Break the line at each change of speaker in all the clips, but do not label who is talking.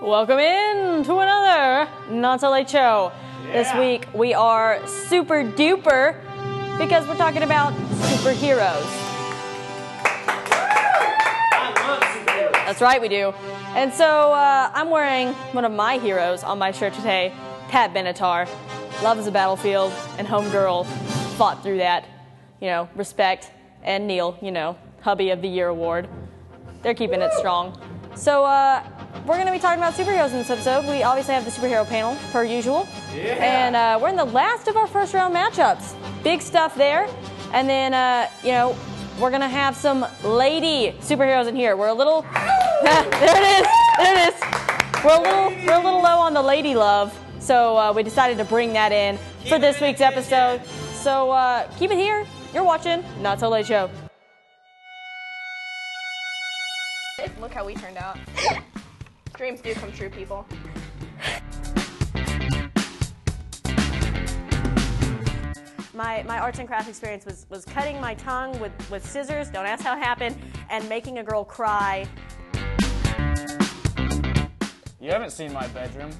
Welcome in to another Not So Late Show. This
Yeah.
week we are super duper because we're talking about superheroes.
I love superheroes.
That's right, we do. And so uh, I'm wearing one of my heroes on my shirt today, Pat Benatar. Love is a battlefield, and Homegirl fought through that. You know, respect. And Neil, you know, Hubby of the Year award. They're keeping it strong. So uh, we're going to be talking about superheroes in this episode. We obviously have the superhero panel per usual,
Yeah.
and uh, we're in the last of our first round matchups. Big stuff there, and then uh, you know we're going to have some lady superheroes in here. We're a little there it is, there it is. We're a little we're a little low on the lady love, so uh, we decided to bring that in for
Keep
this
it in,
week's
keep it
episode. So uh, keep it here. You're watching Not So Late Show.
Look how we turned out. Dreams do come true, people.
My, my arts and crafts experience was, was cutting my tongue with, with scissors, don't ask how it happened, and making a girl cry.
You haven't seen my bedroom.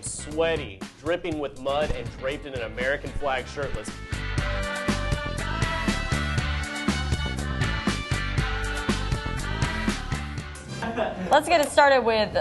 Sweaty, dripping with mud, and draped in an American flag shirtless.
Let's get it started with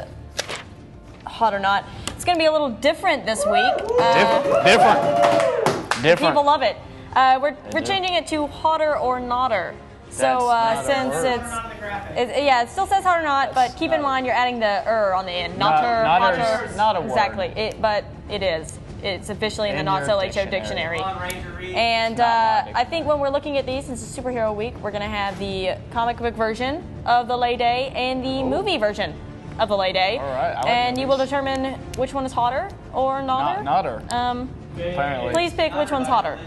Hot or Not. It's going to be a little different this week. Uh,
different. Different.
people love it. Uh, we're we're
do.
changing it to Hotter or Notter.
That's
So uh,
not a
since
word.
it's. It, yeah, it still says hot or not, but keep in mind you're adding the er on the end. Not her,
not
hot
er's
her.
not a word.
Exactly, it, but it is. It's officially in, the
In
Not
your
So Late Show
dictionary.
dictionary.
Ranger Reed.
And
It's not
uh,
binding.
I think when we're looking at these, since it's superhero week, we're gonna have the comic book version of the lay day and the movie version of the lay day.
Oh. All right, I like
and you will
movies.
determine which one is hotter or notter.
Not, er. notter.
Um,
apparently.
please pick which one's hotter.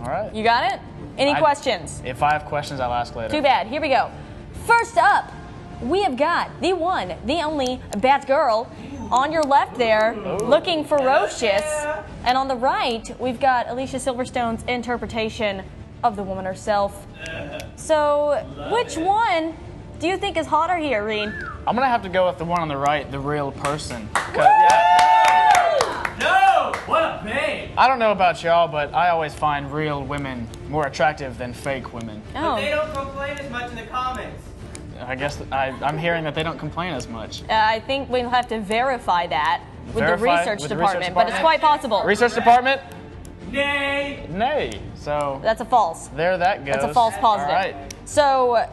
All right.
You got it? Any
I-
questions?
If I have questions, I'll ask later.
Too bad. Here we go. First up, we have got the one, the only Batgirl on your left there, looking ferocious. And on the right, we've got Alicia Silverstone's interpretation of the woman herself. So, which one do you think is hotter here, Reed?
I'm gonna have to go with the one on the right, the real person. 'Cause-
No! What a babe!
I don't know about y'all, but I always find real women more attractive than fake women.
Oh,
don't complain as much in the comments.
I guess that I, I'm hearing that they don't complain as much.
I think we'll have to verify that with
Verify
the research
with the research
department, but it's quite
department.
possible.
Research department?
Nay!
Nay. So
That's a false.
there that goes.
That's a false positive.
All right.
So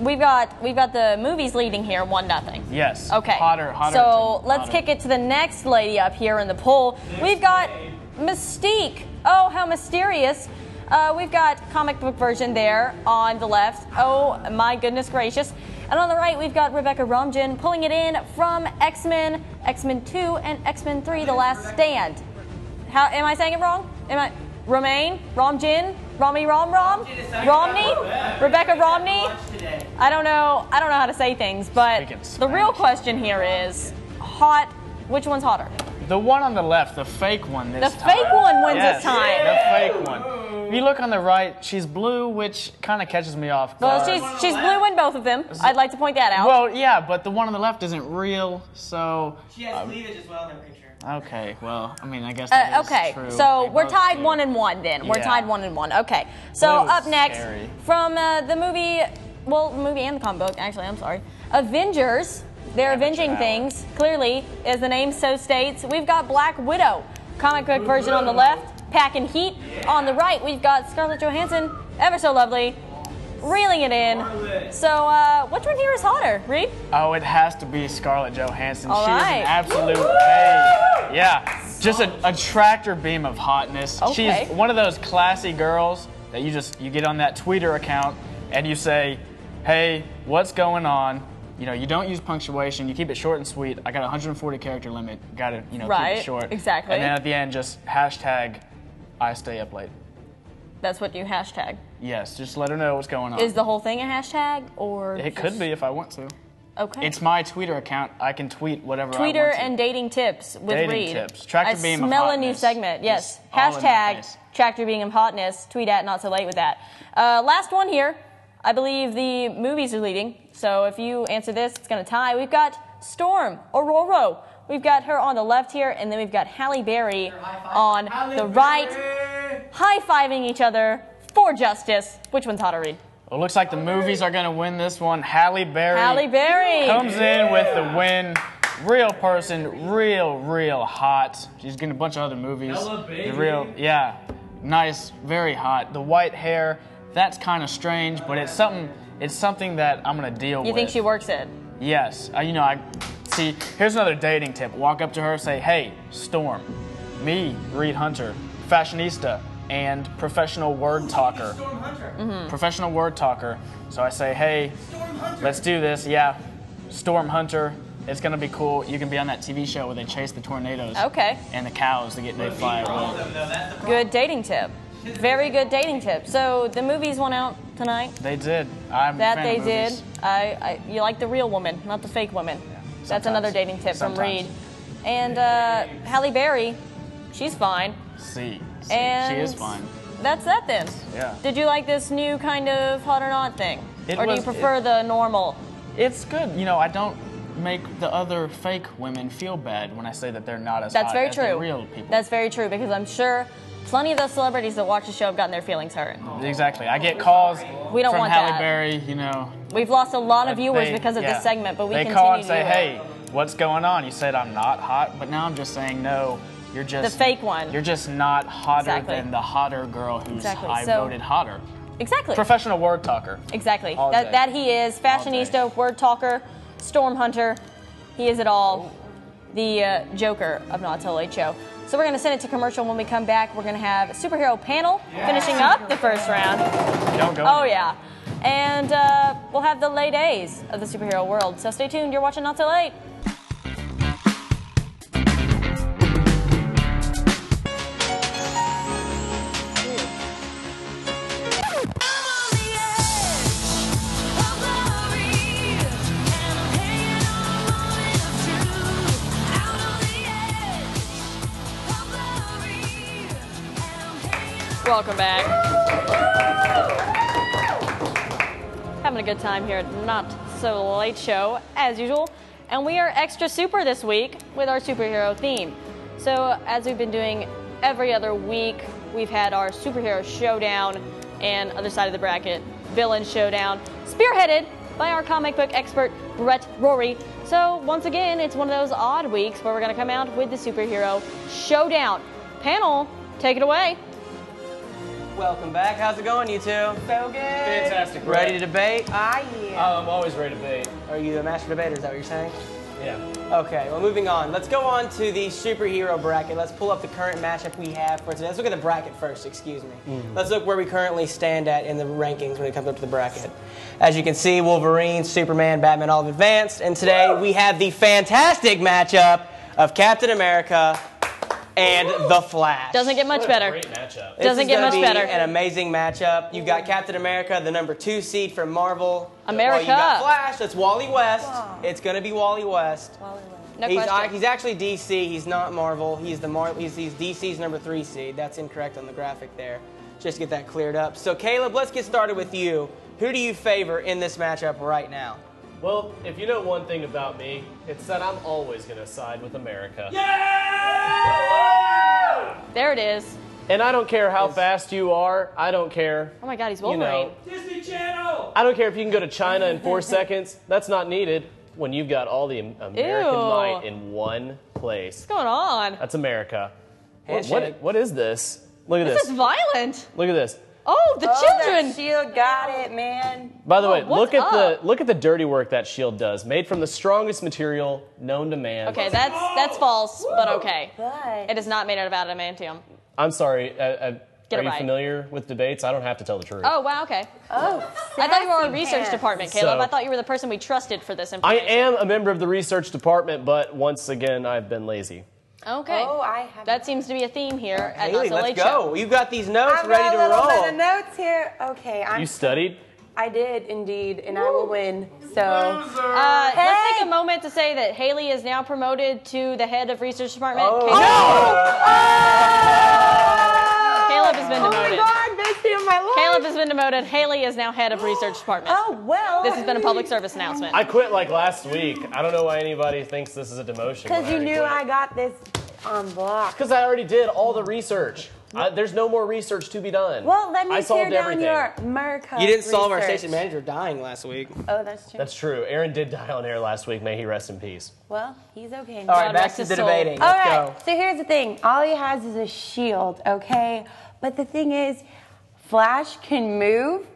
we've got we've got the movies leading here, one nothing.
Yes.
Okay.
Hotter, hotter.
So let's
hotter.
kick it to the next lady up here in the poll. we've got Mystique. Oh, how mysterious. Uh, we've got comic book version there on the left. Oh my goodness gracious. And on the right, we've got Rebecca Romijn pulling it in from X Men, X Men 2, and X Men 3: The Last Stand. How am I saying it wrong? Am I Romaine, Romjin, Romy, Rom, Rom, Romney, Rebecca Romney? I don't know. I don't know how to say things, but
Speaking
the real
Spanish.
question here is hot. Which one's hotter?
The one on the left, the fake one
The
this time.
fake one wins
yes,
this time.
The fake one. If you look on the right, she's blue, which kind of catches me off
Well, she's
guard.
she's blue in both of them. I'd like to point that out.
Well, yeah, but the one on the left isn't real, so.
She has cleavage as well in her picture.
Okay, well, I mean, I guess that
Uh,
is
okay,
true.
so
They
we're
both
tied
do.
one and one. Then we're
Yeah.
tied one and one. Okay, so
Blue is
up next
scary.
from uh, the movie, well, the movie and the comic book. Actually, I'm sorry. Avengers. They're avenging
hour.
things. Clearly, as the name so states, we've got Black Widow, comic book version on the left, packing heat. On the right, we've got Scarlett Johansson, ever so lovely, reeling it in. So, uh, which one here is hotter, Reed?
Oh, it has to be Scarlett Johansson.
All
she is
right.
an absolute babe. Yeah, just a, a tractor beam of hotness.
Okay.
She's one of those classy girls that you just you get on that Twitter account and you say, "Hey, what's going on?" You know, you don't use punctuation. You keep it short and sweet. I got a 140 character limit. Got to you know keep
Right,
it short.
exactly.
And then at the end, just hashtag, I stay up late.
That's what you hashtag.
Yes, just let her know what's going on.
Is the whole thing a hashtag or?
it could be if I want to.
Okay.
It's my Twitter account. I can tweet whatever I
Tweeter
want to.
and dating tips with
Dating
Reed.
tips. Tractor
I
beam of
smell a new
hotness.
segment. Yes.
It's all in my
Hashtag
face.
tractor beam of hotness. Tweet at not so late with that. Uh, last one here. I believe the movies are leading. So if you answer this, it's going to tie. We've got Storm Aurora. We've got her on the left here, and then we've got Halle Berry on the right, high fiving each other for justice. Which one's hotter, Reed?
Well, it looks like the movies are going to win this one. Halle Berry
Halle Berry.
comes in with the win. Real person, real, real hot. She's getting a bunch of other movies.
Hella baby.
The real, yeah, nice, very hot. The white hair, that's kind of strange, but it's something. It's something that I'm gonna deal with.
You think she works it?
Yes. Uh, you know, I see. Here's another dating tip. Walk up to her, say, "Hey, Storm, me, Reed Hunter, fashionista and professional word talker.
Storm Hunter.
Mm-hmm.
Professional word talker." So I say, "Hey,
Storm Hunter.
let's do this. Yeah, Storm Hunter. It's gonna be cool. You can be on that TV show where they chase the tornadoes
Okay.
and the cows to get they fly
All of
away.
them, though. That's the
Good dating tip. Very good dating tip. So the movies went out tonight.
They did. I'm a
That
fan
they
of
did.
movies.
I, I, you like the real woman, not the fake woman. That's
sometimes.
another dating tip from
Sometimes.
Reed. And uh, Halle Berry, she's fine.
See, see,
And
she is fine.
That's that then.
Yeah.
Did you like this new kind of hot or not thing,
It
or do you
was-
prefer the normal?
It's good. You know, I don't make the other fake women feel bad when I say that they're not as
That's
hot
very
as
true.
the real people.
That's very true because I'm sure plenty of those celebrities that watch the show have gotten their feelings hurt.
Oh. exactly. I get calls
We don't
from
want
Halle
that.
Berry, you know.
We've lost a lot of
but
viewers
they-
because of
yeah.
this segment, but we
they
continue
call and
to
say,
do it.
"Hey, what's going on? You said I'm not hot, but now I'm just saying no. You're just
The fake one.
You're just not hotter
Exactly.
than the hotter girl who's
Exactly.
high
So-
voted hotter.
Exactly.
Professional word talker.
Exactly.
All
That,
day.
that he is.
All
Fashionista, word talker, storm hunter. He is it all. The uh, Joker of Not So Late Show. So we're going to send it to commercial. When we come back, we're going to have a superhero panel finishing up the first round.
Don't go.
Oh,
anywhere.
yeah. And uh, we'll have the late days of the superhero world. So stay tuned. You're watching Not So Late. Welcome back. Having a good time here at Not So Late Show, as usual. And we are extra super this week with our superhero theme. So, as we've been doing every other week, we've had our superhero showdown and other side of the bracket, villain showdown, spearheaded by our comic book expert, Brett Rory. So, once again, it's one of those odd weeks where we're going to come out with the superhero showdown. Panel, take it away.
Welcome back. How's it going, you two? So good.
Fantastic, Brett.
Ready to debate? Ah, yeah.
I'm always ready to bait.
Are you a master debater? Is that what you're saying?
Yeah.
Okay, well, moving on. Let's go on to the superhero bracket. Let's pull up the current matchup we have for today. Let's look at the bracket first, excuse me. Let's look where we currently stand at in the rankings when it comes up to the bracket. As you can see, Wolverine, Superman, Batman all have advanced, and today we have the fantastic matchup of Captain America and The Flash.
Doesn't get much better.
Great matchup.
This
Doesn't
is
get
gonna
much
be
better.
An amazing matchup. You've got Captain America, the number two seed from Marvel.
America.
Well, you got Flash. That's Wally West. It's gonna be Wally West.
No
he's,
question.
he's actually DC. He's not Marvel. He's the Mar- he's, he's DC's number three seed. That's incorrect on the graphic there. Just to get that cleared up. So Caleb, let's get started with you. Who do you favor in this matchup right now?
Well, if you know one thing about me, it's that I'm always going to side with America.
There it is.
And I don't care how fast you are. I don't care.
Oh my God, he's
You
Wolverine.
know,
Disney Channel.
I don't care if you can go to China in four seconds. That's not needed when you've got all the Am- American
Ew.
might in one place.
What's going on?
That's America. What,
Handshake.
what, what is this? Look at
This
this.
is violent.
Look at this.
Oh, the children.
Shield got it, man.
By the
Oh,
way,
what's
look at
up?
the look at the dirty work that shield E does, made from the strongest material known to man.
okay, that's that's false, but okay.
But
It is not made out of adamantium.
I'm sorry. Uh, uh,
Get
are
it
you
right.
familiar with debates? I don't have to tell the truth.
Oh wow, okay.
oh,
I thought you were our
sassy
research
pants.
department, Caleb.
So-
I thought you were the person we trusted for this
I
information.
am a member of the research department, but once again, I've been lazy.
Okay.
Oh, I have.
that seems to be a theme here at
Haley,
Not So
let's
Late
go.
Show.
You've got these notes
I've
ready
got a
to
little
roll.
bit of notes here. Okay, I'm.
You studied?
I did indeed, and I will win. So
Uh, Let's
Hey!
take a moment to say that Haley is now promoted to the head of research department. Caleb, Caleb has been
Oh my
demoted.
God, big honesty of my life.
Caleb has been demoted. Haley is now head of research department.
Oh well.
This has been a public service announcement.
I quit like last week. I don't know why anybody thinks this is a demotion.
Because you knew I got this on block.
Because I already did all the research. I, there's no more research to be done.
Well, let
I
me tear
solved
down
everything.
your Merco.
You didn't solve our
research.
station manager dying last week.
Oh, that's true.
That's true. Aaron did die on air last week. May he rest in peace.
well, he's okay.
All
now.
right, back
rest
to
his
the
soul.
debating.
All
Let's
right.
go.
So here's the thing. All he has is a shield, okay? But the thing is, Flash can move.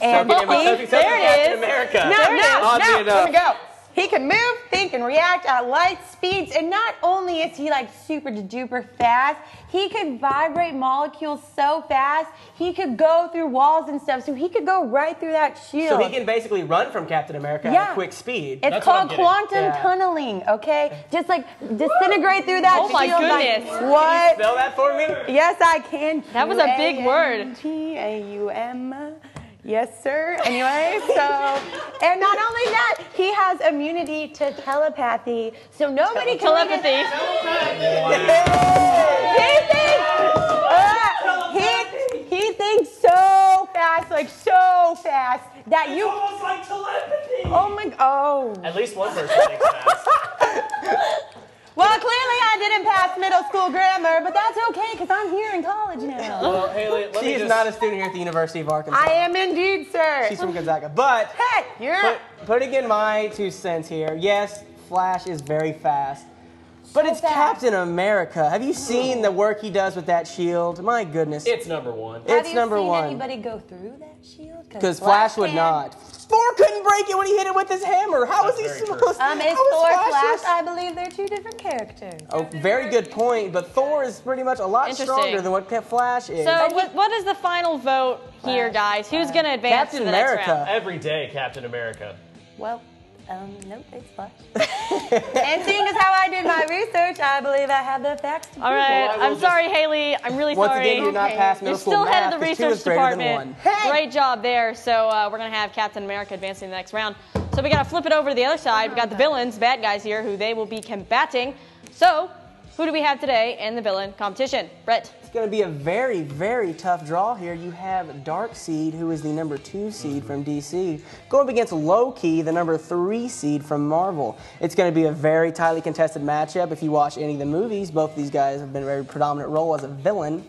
And
Captain America-
he-
Captain
there it is.
America.
No,
There it is.
no,
Oddly
no.
enough.
Let me go. He can move. He can react at light speeds, and not only is he like super duper fast, he could vibrate molecules so fast. He could go through walls and stuff. So he could go right through that shield.
So he can basically run from Captain America at
Yeah.
a quick speed.
It's
That's what I'm
called
getting.
quantum
Yeah.
tunneling, okay? Just like disintegrate through that.
Oh my
shield, like,
goodness.
what?
Spell that for me.
Yes, I can.
That was a big word.
T A U M. Yes, sir. Anyway, so, and not only that, he has immunity to telepathy, so nobody can. look at-
Telepathy.
He thinks. uh, he, he thinks so fast, like so fast, that you.
Almost like telepathy.
Oh my. Oh.
At least one person thinks that.
Well, clearly I didn't pass middle school grammar, but that's okay because I'm here in college
Oh.
now.
Well, Haley, let
She
me
is
just.
not a student here at the University of Arkansas.
I am indeed, sir.
She's from Gonzaga. But
hey, you're.
put, putting in my two cents here, yes, Flash is very fast. But it's
fast.
Captain America. Have you seen the work he does with that shield? My goodness.
it's number one.
Have
It's
you
number
seen
one.
anybody go through that shield?
Because Flash, would
can.
not. Thor couldn't break it when he hit it with his hammer. How was
That's
he
very true.
supposed?
Um,
how
it's
was
Thor Flash.
just-
I believe they're two different characters.
Oh, very good point. But Thor is pretty much a lot
Interesting.
stronger than what Ca- Flash is.
So what, what is the final vote here, guys? Who's going to advance to
Captain
the next
America.
round?
Every day, Captain America.
Well, um, nope, it's Flash. and seeing as how I did my research, I believe I have the facts. To
All right.
Well, I will
I'm
just-
sorry, Haley. I'm really
Once
sorry.
again, you did not pass middle
You're
school
still
math
head of the
'cause two
research
is greater than
department.
one.
Great job there. So uh, we're gonna have Captain America advancing to the next round. So we gotta flip it over to the other side. We got the villains, bad guys here, who they will be combating. So who do we have today in the villain competition? Brett.
It's going to be a very, very tough draw here. You have Dark Seed, who is the number two seed from DC, going up against Loki, the number three seed from Marvel. It's going to be a very tightly contested matchup. If you watch any of the movies, both of these guys have been a very predominant role as a villain.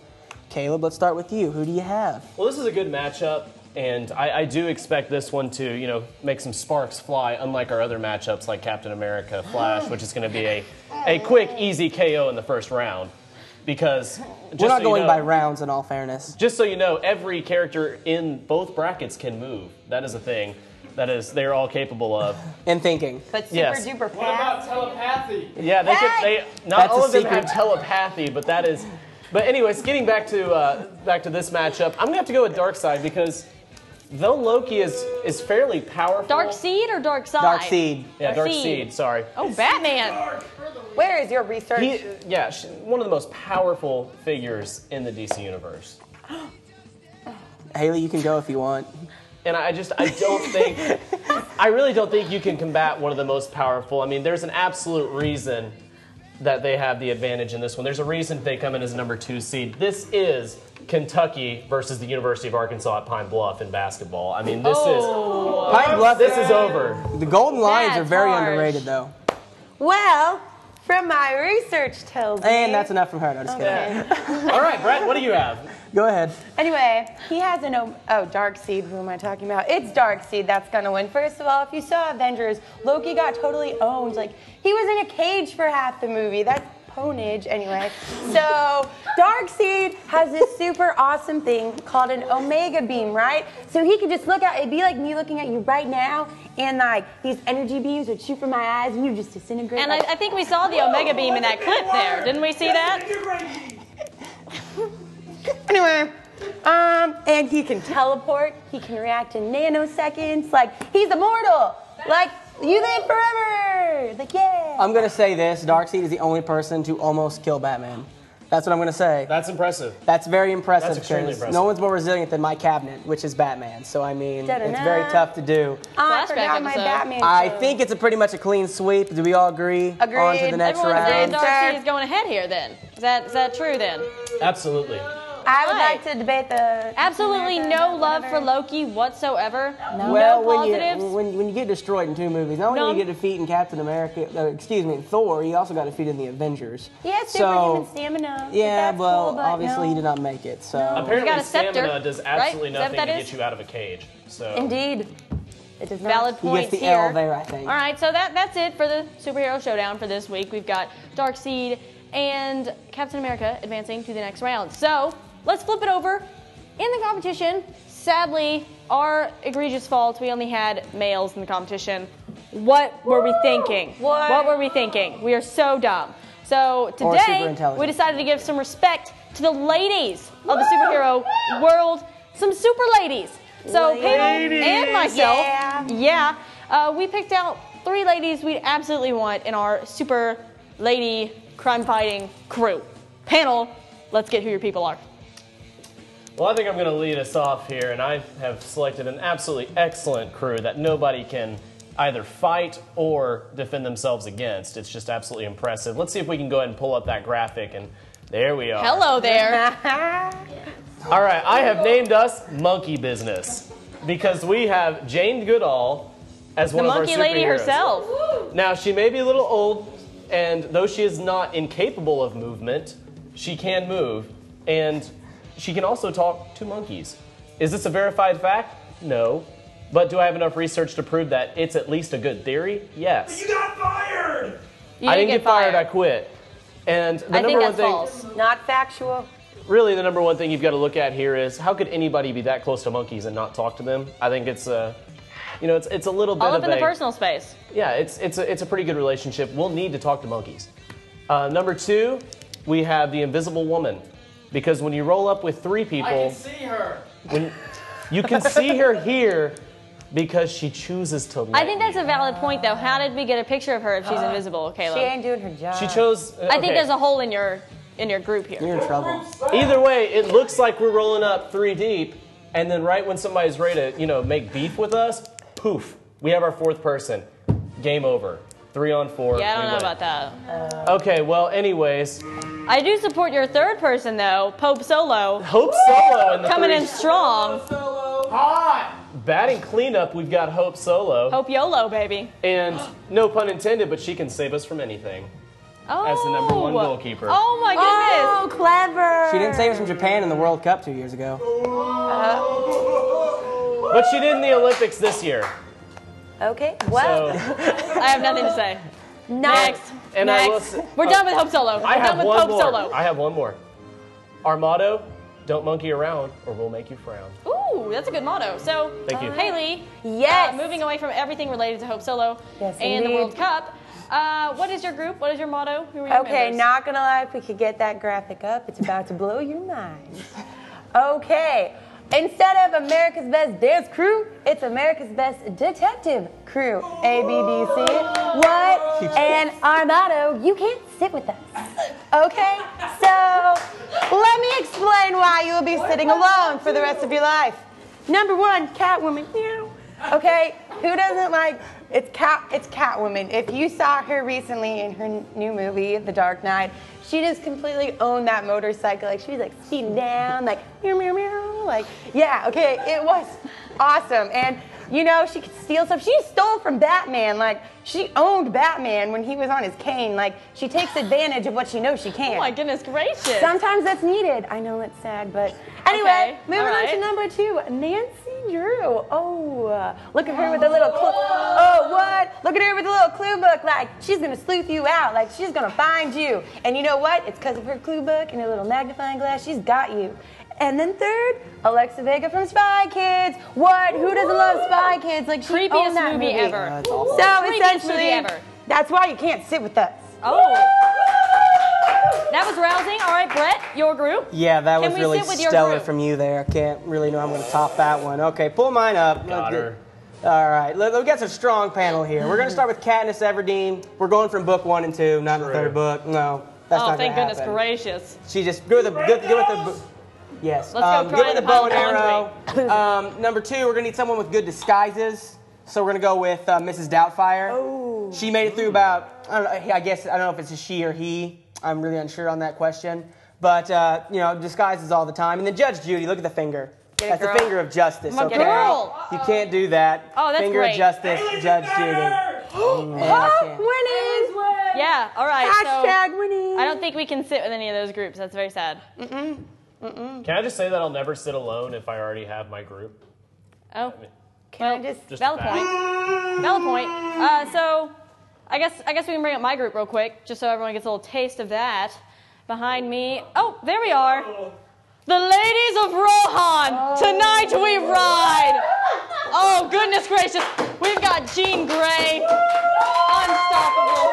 Caleb, let's start with you. Who do you have?
Well, this is a good matchup, and I, I do expect this one to, you know, make some sparks fly, unlike our other matchups like Captain America, Flash, which is going to be a, a quick, easy KO in the first round. Because just
We're not
so
going
you know,
by rounds, in all fairness.
Just so you know, every character in both brackets can move. That is a thing. That is, they're all capable of.
And thinking.
But super
Yes.
duper
What about
fast.
telepathy?
Yeah, they could. They not
That's
all
a
of them
secret.
have telepathy, but that is. But anyways, getting back to uh, back to this matchup, I'm gonna have to go with Darkseid because though Loki is is fairly powerful.
Dark Seed or Dark Side?
Oh. Dark Seed.
Yeah,
Darkseid.
Darkseid. Sorry.
Oh, Batman.
Where is your research?
He, yeah, she, one of the most powerful figures in the DC universe.
Haley, you can go if you want.
And I just I don't think I really don't think you can combat one of the most powerful. I mean, there's an absolute reason that they have the advantage in this one. There's a reason they come in as number two seed. This is Kentucky versus the University of Arkansas at Pine Bluff in basketball. I mean, this is Pine Bluff. This is over.
The Golden Lions
That's
are very
harsh.
underrated, though.
Well, from my research tells me.
And that's enough from her. No, just kidding.
All right, Brett, what do you have?
Go ahead.
Anyway, he has an om- oh dark seed. Who am I talking about? It's dark seed that's gonna win. First of all, if you saw Avengers, Loki got totally owned. Like he was in a cage for half the movie. That's ponage anyway. So dark seed has this super awesome thing called an omega beam, right? So he could just look out. It'd be like me looking at you right now, and like these energy beams would shoot from my eyes, and you just disintegrate.
And I,
like-
I think we saw the Omega Beam in that clip there. Didn't we see that?
Anyway, um, and he can teleport. He can react in nanoseconds. Like he's immortal. Like you live forever. Like yeah.
I'm gonna say this: Darkseid is the only person to almost kill Batman. That's what I'm gonna say.
That's impressive.
That's very impressive.
That's extremely
'cause
impressive.
No one's more resilient than my cabinet, which is Batman. So I mean, it's
Da-da-da.
very tough to do.
Oh, I
Flashback
forgot my
episode.
Batman.
I
joke.
think it's a pretty much a clean sweep. Do we all agree? On to
Agreed.
the next
Everyone's saying
round.
agreed.
Dark
Sir.
Seed is going ahead here. Then is that is that true? Then
Absolutely.
I would
Right.
like to debate the
Absolutely
Captain
no
America,
love for
whatever.
Loki whatsoever. No,
Well, when
positives.
you when, when you get destroyed in two movies, not only
No.
do you get defeat in Captain America, uh, excuse me, in Thor, you also got defeat in the Avengers.
He has
so,
superhuman stamina. but
Yeah,
that's
well,
cool, but
obviously
no.
he did not make it. So
got
Apparently,
a scepter,
stamina does
right?
absolutely
Is that
nothing
what
to
that
get
is?
you out of a cage. So
Indeed, it does not.
Valid
he gets
points
the
here.
L there, I think.
All right, so that that's it for the superhero showdown for this week. We've got Darkseid and Captain America advancing to the next round. So let's flip it over. In the competition, sadly, our egregious fault. We only had males in the competition. What were we thinking?
What?
were we thinking? We are so dumb. So
Or super
today
intelligent.
we decided to give some respect to the ladies of the superhero world. Some super ladies. So Peyton and myself.
Yeah.
Yeah, uh, we picked out three ladies we'd absolutely want in our super lady crime fighting crew. Panel, let's get who your people are.
Well, I think I'm going to lead us off here, and I have selected an absolutely excellent crew that nobody can either fight or defend themselves against. It's just absolutely impressive. Let's see if we can go ahead and pull up that graphic, and there we are.
Hello there.
All right, I have named us Monkey Business because we have Jane Goodall as
the
one of
monkey
our
lady
superheroes.
herself.
Now, she may be a little old, and though she is not incapable of movement, she can move, and she can also talk to monkeys. Is this a verified fact? No. But do I have enough research to prove that it's at least a good theory? Yes.
You got fired!
You
I didn't get fired, I quit. And the
I
number
think
one
that's
thing,
false.
Not factual.
really, the number one thing you've got to look at here is how could anybody be that close to monkeys and not talk to them? I think it's a, you know, it's it's a little bit
All
of
up in the
a-
personal space.
yeah, it's it's a, it's a pretty good relationship. We'll need to talk to monkeys. Uh, number two, we have the Invisible Woman, because when you roll up with three
I can
people,
see her.
when you can see her here because she chooses to. Let
I think that's a valid point, though. How did we get a picture of her if she's
Uh,
invisible, Caleb?
She ain't doing her job.
you. she chose.
I think there's a hole in your in your group here.
You're in trouble.
Either way, it looks like we're rolling up three deep, and then right when somebody's ready to you know make beef with us, poof, we have our fourth person. Game over. Three on four.
Yeah, I
we
don't know
win.
about that.
Okay, well, anyways,
I do support your third person, though, Pope Solo,
Hope Solo in the
coming
three
in strong.
Hot!
Batting cleanup, we've got Hope Solo.
Hope YOLO, baby.
And no pun intended, but she can save us from anything.
Oh.
as the number one goalkeeper.
Oh my goodness.
Oh, clever.
She didn't save us from Japan in the World Cup two years ago.
But she did in the Olympics this year.
Okay. Well,
So,
Oh.
I have nothing to say. Next.
and I will
Next.
say,
We're done with Hope Solo. We're
I have
done with
one
Pope
more.
Solo.
I have one more. Our motto, don't monkey around or we'll make you frown.
Ooh, that's a good motto. So,
Thank you.
Haley,
Yes.
uh, moving away from everything related to Hope Solo
Yes,
and the
indeed.
World Cup, uh, what is your group? What is your motto? Who are your
Okay,
members?
not gonna lie, if we could get that graphic up, it's about to blow your mind. Okay, instead of America's Best Dance Crew, it's America's Best Detective Crew, ABDC. What? And our motto, you can't sit with us. Okay, so let me explain why you will be sitting alone for the rest of your life. Number one, Catwoman. Meow. Okay, who doesn't like it's cat? It's Catwoman. If you saw her recently in her n- new movie, The Dark Knight, she just completely owned that motorcycle. Like she was like speeding down, like meow meow meow. Like yeah, okay, it was awesome. And you know she could steal stuff. She stole from Batman. Like she owned Batman when he was on his cane. Like she takes advantage of what she knows she can.
Oh my goodness gracious.
Sometimes that's needed. I know it's sad, but anyway,
Okay,
moving
all
on
right.
to number two, Nancy Drew. Oh, uh, look at her with a little. Cl- oh, what? Look at her with a little clue book. Like she's gonna sleuth you out. Like she's gonna find you. And you know what? It's because of her clue book and her little magnifying glass. She's got you. And then third, Alexa Vega from Spy Kids. What? Who doesn't love Spy Kids? Like she
Creepiest
owned that
movie
movie
ever.
That's awful.
So
Creepiest
essentially,
movie ever.
that's why you can't sit with us.
Oh. That was rousing. All right, Brett, your group.
Yeah, that
Can
was
we
really
sit with your
stellar
group?
from you there. I can't really know how I'm going to top that one. Okay, pull mine up.
Got
Let's
her.
get- All right, let- we got some strong panel here. We're going to start with Katniss Everdeen. We're going from book one and two, not the
True.
third book. No, that's
oh,
not going
thank
to
goodness
happen.
gracious.
She just go with the go, go with the bo- yes.
Let's go
um, go with the bow and
crying
arrow. Um, number two, we're gonna need someone with good disguises. So we're gonna go with uh, Mrs. Doubtfire. Oh. She made it through about I don't know. I guess I don't know if it's a she or he. I'm really unsure on that question. But uh, you know, disguises all the time. And then Judge Judy, look at the finger.
Get it,
that's
girl.
the finger of justice.
My
okay?
girl.
You can't do that.
Oh, that's
finger
great.
of justice,
Bailey's
Judge Judy.
better!
Oh, I can't.
Winnie's win.
Yeah, all right.
Hashtag
so
Winnie.
I don't think we can sit with any of those groups. That's very sad.
Can I just say that I'll never sit alone if I already have my group?
Oh,
Can I just?
Just
valid
a fact.
point. Valid point. Uh, so, I guess I guess we can bring up my group real quick, just so everyone gets a little taste of that. Behind me, oh, there we are, the ladies of Rohan. Tonight we ride. Oh goodness gracious, we've got Jean Grey, unstoppable.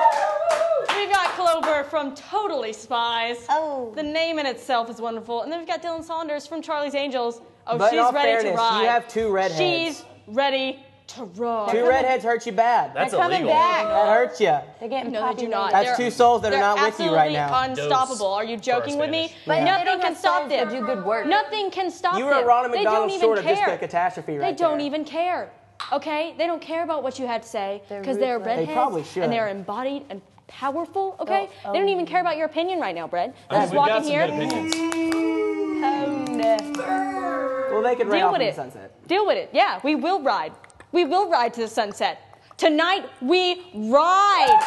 We've got Clover from Totally Spies.
Oh.
The name in itself is wonderful, and then we've got Dylan Saunders from Charlie's Angels. Oh,
But in
she's
all
ready
fairness,
to
you
ride.
have two redheads.
She's ready to ride.
Two redheads hurt you bad.
That's
They're coming
illegal.
back.
that hurts you.
They're getting
No, they do
populated.
not.
That's
They're-
two souls that are
they're
not with you right
absolutely
now.
Unstoppable. Are you joking with me?
Spanish.
But they
Nothing
don't
can
have
stop
souls to
them.
do good work.
Nothing can stop
You
them.
were a Ronald
They
McDonald
don't even
sort of just
care.
a catastrophe
They
right
don't
there.
even care. Okay, they don't care about what you had to say
They're
because they're
ruthless. They
redheads
probably should.
and they're embodied and powerful. Okay,
Oh,
they don't
oh.
even care about your opinion right now, Brad.
I
They're
mean,
just
we've got
walking
some
here.
good opinions.
Well, they could run
Deal
off
with
in the
it.
sunset.
Deal with it. Yeah, we will ride. We will ride to the sunset. Tonight we ride.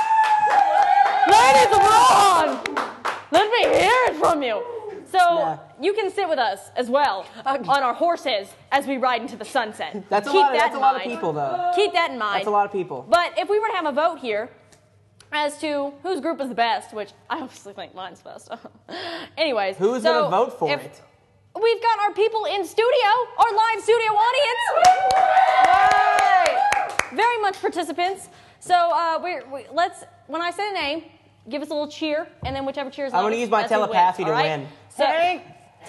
Ladies Ron, let me hear it from you. So
Nah.
you can sit with us as well on our horses as we ride into the sunset.
That's a
Keep
lot. Of,
that
that's
in
a lot of
mind.
people, though.
Keep that in mind.
That's a lot of people.
But if we were to have a vote here as to whose group is the best, which I obviously think mine's best. Anyways,
Who is
so
going to vote for
if-
it?
We've got our people in studio, our live studio audience. Very much participants. So uh, we're, we, let's. When I say the name, give us a little cheer, and then whichever cheer is.
I'm gonna
loudest,
use my
that's who wins,
telepathy to
all right?
win.
So,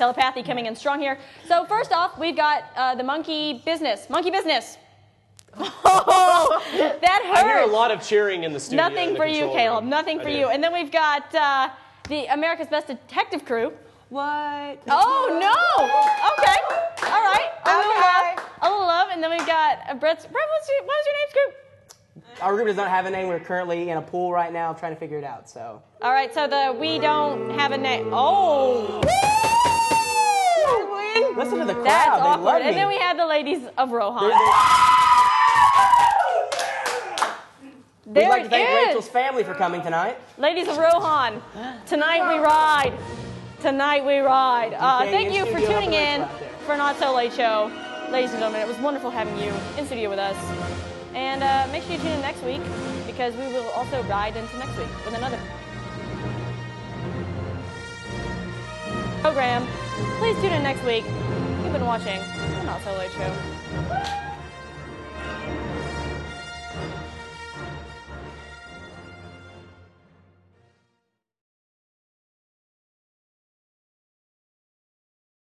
Telepathy coming in strong here. So first off, we've got uh, the monkey business. Monkey business. Oh, that hurts.
I hear a lot of cheering in the studio.
Nothing
in the
for you,
control
Caleb.
room.
Nothing
I
for
do.
you. And then we've got uh, the America's Best Detective Crew.
What?
Oh no! Okay. All right. A little
Okay.
love. A little love, and then we've got uh, Brett's. Brett, what's your, what was your name's group?
Our group does not have a name. We're currently in a pool right now, trying to figure it out. So
All right. So the we don't have a name. Oh.
listen to the crowd.
That's
they
awkward.
love me.
And then we have the ladies of Rohan.
We'd
There
like to
it
thank
is.
Rachel's family for coming tonight.
Ladies of Rohan, tonight we ride. Tonight we ride. Uh,
Okay,
thank
in
you for
studio,
tuning
have a
in
nice laugh there.
for Not So Late Show. Ladies and gentlemen, it was wonderful having you in studio with us. And uh, make sure you tune in next week because we will also ride into next week with another program. Please tune in next week. You've been watching the Not So Late Show.